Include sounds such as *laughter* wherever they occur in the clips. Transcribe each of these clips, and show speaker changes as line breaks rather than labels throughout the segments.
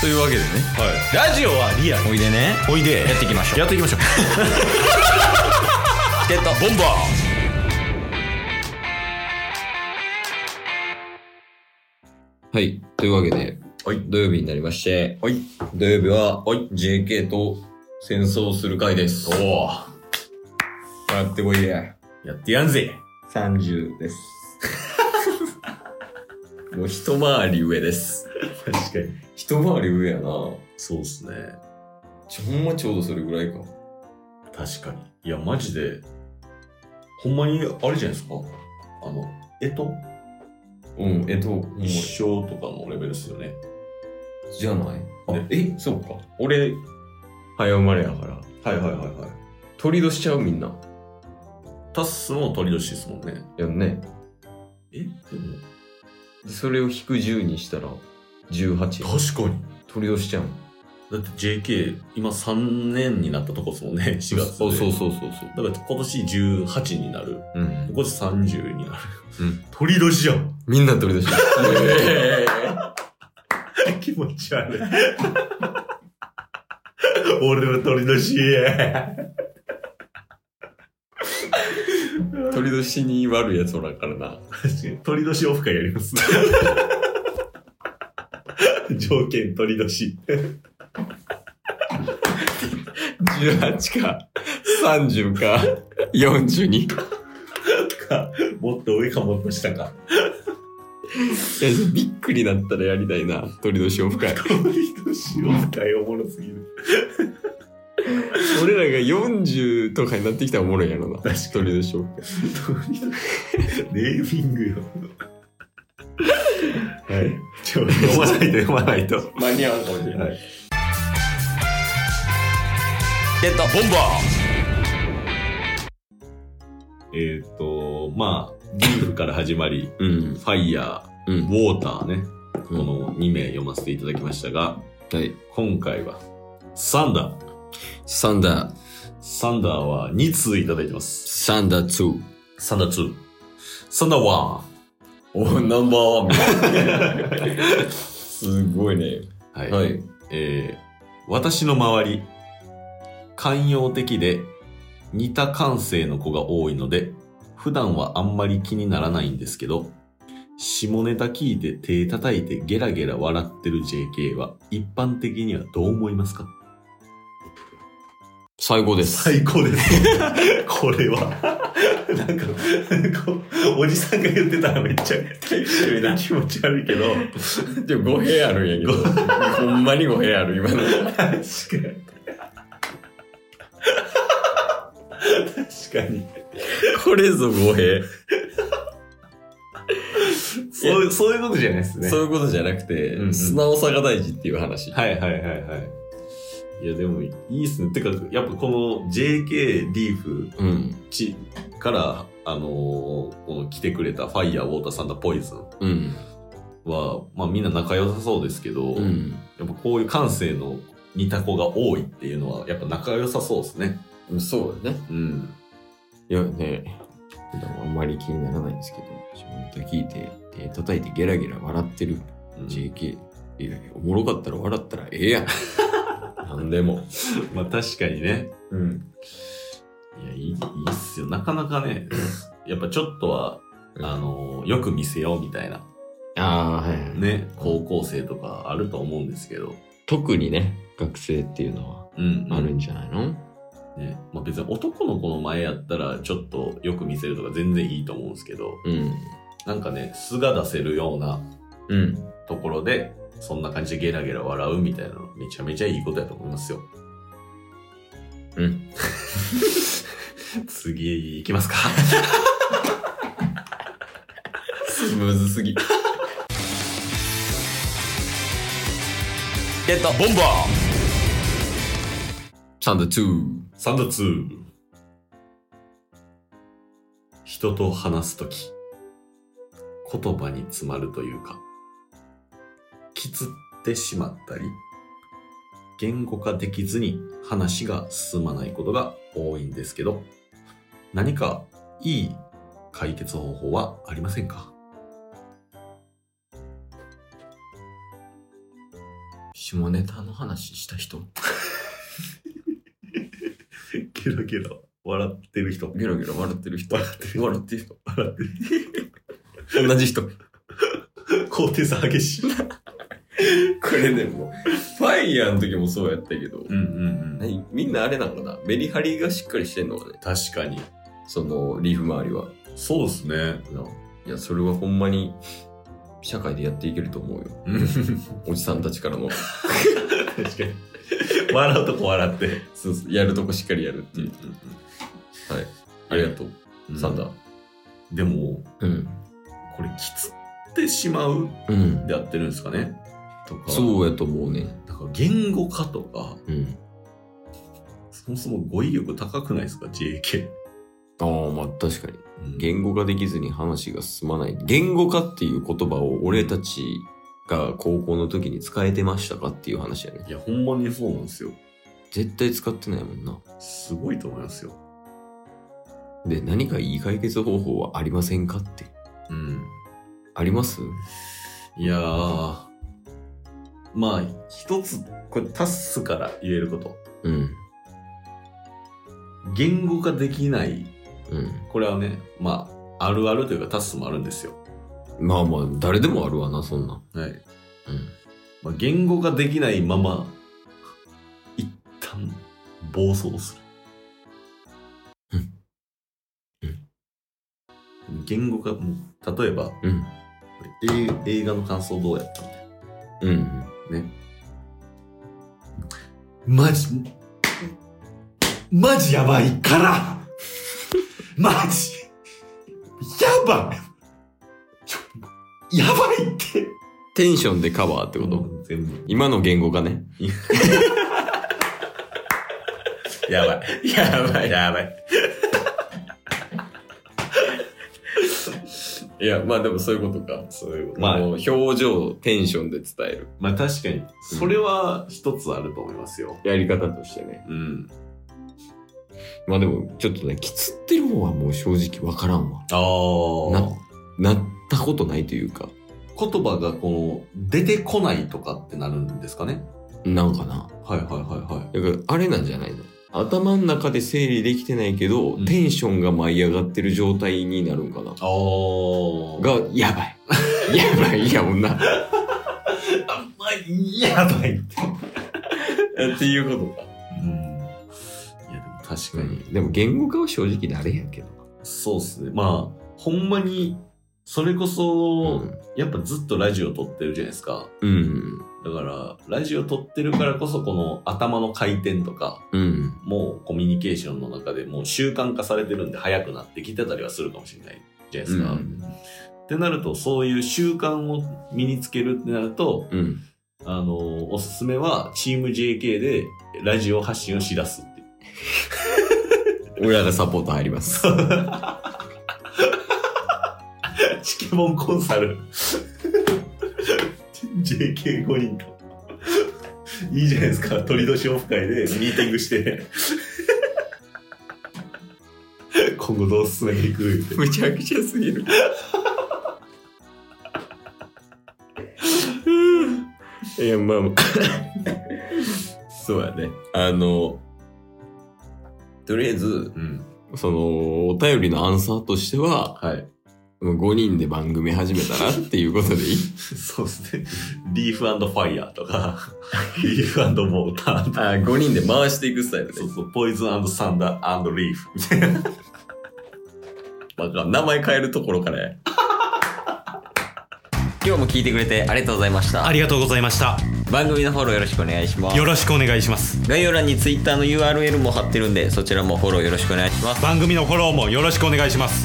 というわけでね
ラジオはリアル
おいでね
おいで
やっていきましょう
やっていきましょう
チケットボンバーはい。というわけで、
はい
土曜日になりまして、
はい
土曜日は、JK と戦争する会です。
お
やってこいで。
やってやんぜ
30です。 *laughs* もう一回り上です。
確かに
一回り上やな。
そうっすね
ちょほんまちょうどそれぐらいか。
確かにいやマジでほんまにあれじゃないですかあのえと
うん、えっと、もう
一生とかのレベルですよね
じゃないあ
ね
え、そうか。俺、早生まれやから。
はいはいはいはい
取り出しちゃうみんな。
タッスも鳥年ですもんね
やんね。
えでも
でそれを引く10にしたら、18。
確かに
取り出しちゃうん。
だって JK 今3年になったとこですもんね4月で
そうそうそうそうそう。
だから今年18になる
うん。
今年30になる、
うん、
鳥年じゃん
みんな取り出しちゃう。
*laughs* 気持ち悪い。俺は鳥の死へ。
取り出しに悪いやつおらんからな。
*laughs* 鳥の死オフ会やります。 *laughs* 条件鳥の死。
18か、30か、42。
か、もっと上かもっと下か。
いやびっくりなったらやりたいな鳥年オフ会
鳥の死オフ会おもろすぎる。
俺らが40とかになってきたらおもろいやろな
確かに
鳥年オフ
鳥のネーミングよ。はい。ちょ、
読
読
ま
ま
な
ないい
と
と
読まなと
読まないいと。
会間に合うかもしれ
はい。
ゲットボンバ
えっ、と、まあ、ビーフから始まり、
ーうん
ファイヤ
う
ー、ウ
ん
ォーターね、この2名読ませていただきましたが、
はい
今回は、サンダー。
サンダー
サンダーは2通いただいてます。
サンダー2
サンダー2。サンダー1。
おナンバーワンすごいね
はい。
はい
えー私の周り、寛容的で、似た感性の子が多いので、普段はあんまり気にならないんですけど、下ネタ聞いて手叩いてゲラゲラ笑ってる JK は、一般的にはどう思いますか
最高です
最高です。これは。なんか、こうおじさんが言ってたらめっちゃ気持ち悪いけど、
でも語弊あるんやけどほんまに語弊ある今の
確かに。確かに。
これぞ語弊
そういう、そういうことじゃないですね。
そういうことじゃなくて、
うんうん
素直さが大事っていう話
はいはいはいはい。いやでもいいっすね。てか、やっぱこの JK リーフ
うん
ちから、あのーこの来てくれたファイヤーウォーターサンダーポイズン
うん
は、まあみんな仲良さそうですけど、
うん
やっぱこういう感性の似た子が多いっていうのは、やっぱ仲良さそうですね。
そうだね。
うん。
いやね、普段あんまり気にならないんですけど、自分と聞いて、手叩いてゲラゲラ笑ってる
うん
JK。いやいや、おもろかったら笑ったらええ *laughs* やん。なんでも。
まあ確かにね。
うん。
いや、いいいいっすよ。なかなかね、やっぱちょっとは、
うん
あのーよく見せようみたいな、
ああ、はいはい。
ね、高校生とかあると思うんですけど、
特にね、学生っていうのは
うん、
あるんじゃないの、
ね。まあ別に男の子の前やったら、ちょっとよく見せるとか全然いいと思うんですけど、
うん。
なんかね、素が出せるような
*laughs* うん。
ところで、そんな感じでゲラゲラ笑うみたいなの、めちゃめちゃいいことやと思いますよ。
うん。
*laughs* 次、行きますか。
むずすぎ。ゲットボンバーサンド2。
サンド2。人と話すとき、言葉に詰まるというか、きつってしまったり、言語化できずに話が進まないことが多いんですけど、何かいい解決方法はありませ *laughs* んか
下ネタの話した人
ゲラゲラ笑ってる人。
ゲラゲラ笑ってる人
笑ってる
笑ってる人
笑ってる。
同じ人こ
高低差激しい。
れねもうファイヤーの時もそうやったけど
うんうんうん。
何みんなあれなのかなメリハリがしっかりしてんのかね
確かに。
そのリーフ周りは
そうですね。
ないやそれはほんまに社会でやっていけると思うよおじさんたちからの
確かに。笑うとこ笑って。
そうそうやるとこしっかりやるっていう、はいありがとう、
うん
サンダー
でも、
うん
これ、きつってしまう
うん
であってるんですかねとか。
そうやと思うね
なんか言語化とか、
うん
そもそも語彙力高くないですか ?JK。
ああまあ確かに
うん
言語化できずに話が進まない言語化っていう言葉を俺たちが高校の時に使えてましたかっていう話やね
いや、ほんまにそうなんですよ。
絶対使ってないもんな
すごいと思いますよ。
で何かいい解決方法はありませんかって
うん。
あります
いやー、まあ、一つ、これ、タスから言えること。
うん
言語化できない、
うん
これはね、まあ、あるあるというかタスもあるんですよ。
まあまあ誰でもあるわなそんなん
はい。
うん
まあ、言語化できないまま、一旦、暴走する
うん。
言語化、もう例えば、
うん
え映画の感想どうやった
うん
ね。マジ、マジやばい *laughs* からマジやばいちょやばいって
テンションでカバーってこと、
全部。
今の言語化ね
やばい。 *laughs* やばい。やばい。
いやまあでもそういうことか
そういうこと。
ま
ま
あ
あ、
表情テンションで伝える
まあ確かに、それは一つあると思いますよ。
やり方としてね
うん。
まあでもちょっとねきつってる方はもう正直わからんわ
ああ
ななったことないというか、
言葉がこの、出てこないとかってなるんですかね
なんかな。
はいはいはいはい。
だから、あれなんじゃないの頭の中で整理できてないけど、
うん
テンションが舞い上がってる状態になるんかな。
ああ
が、やばい。 *laughs* やばい、いや、女。っ
あまあ、やばいって。
ていうことか。
うん。いや、でも確か
う
に。
ん。でも、言語化は正直なれへんけど。
そうっすね。まあ、ほんまに、それこそ、
うん
やっぱずっとラジオ撮ってるじゃないですか。
うん。
だから、ラジオ撮ってるからこそ、この頭の回転とか、
うん。
もうコミュニケーションの中でもう習慣化されてるんで早くなってきてたりはするかもしれないじゃないですか。ってなると、そういう習慣を身につけるってなると、
うん。
あの、おすすめは、チーム JK でラジオ発信をしだすっていう。
俺らがサポート入ります。 *laughs*
*laughs* チケモンコンサル *laughs* JK5 人といいじゃないですか鳥年オフ会でミーティングして *laughs* 今後どう進めていくって
むちゃくちゃすぎる。いや、まあまあ、 *laughs* そうやね。あの、とりあえず、
うん
その、お便りのアンサーとしては、
はい
5人で番組始めたらっていうことでいい
そうですねリーフファイヤーとかリーフモーターとか
*laughs* あ5人で回していくスタイル
そうそうポイズンサンダーリーフ
名前変えるところからや。今日も聞いてくれてありがとうございました
あ。りがとうございました。
番組のフォローよろしくお願いします
よ。ろしくお願いします。
概要欄に Twitter の URL も貼ってるんでそちらもフォローよろしくお願いします
番組のフォローもよろしくお願いします。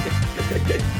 ます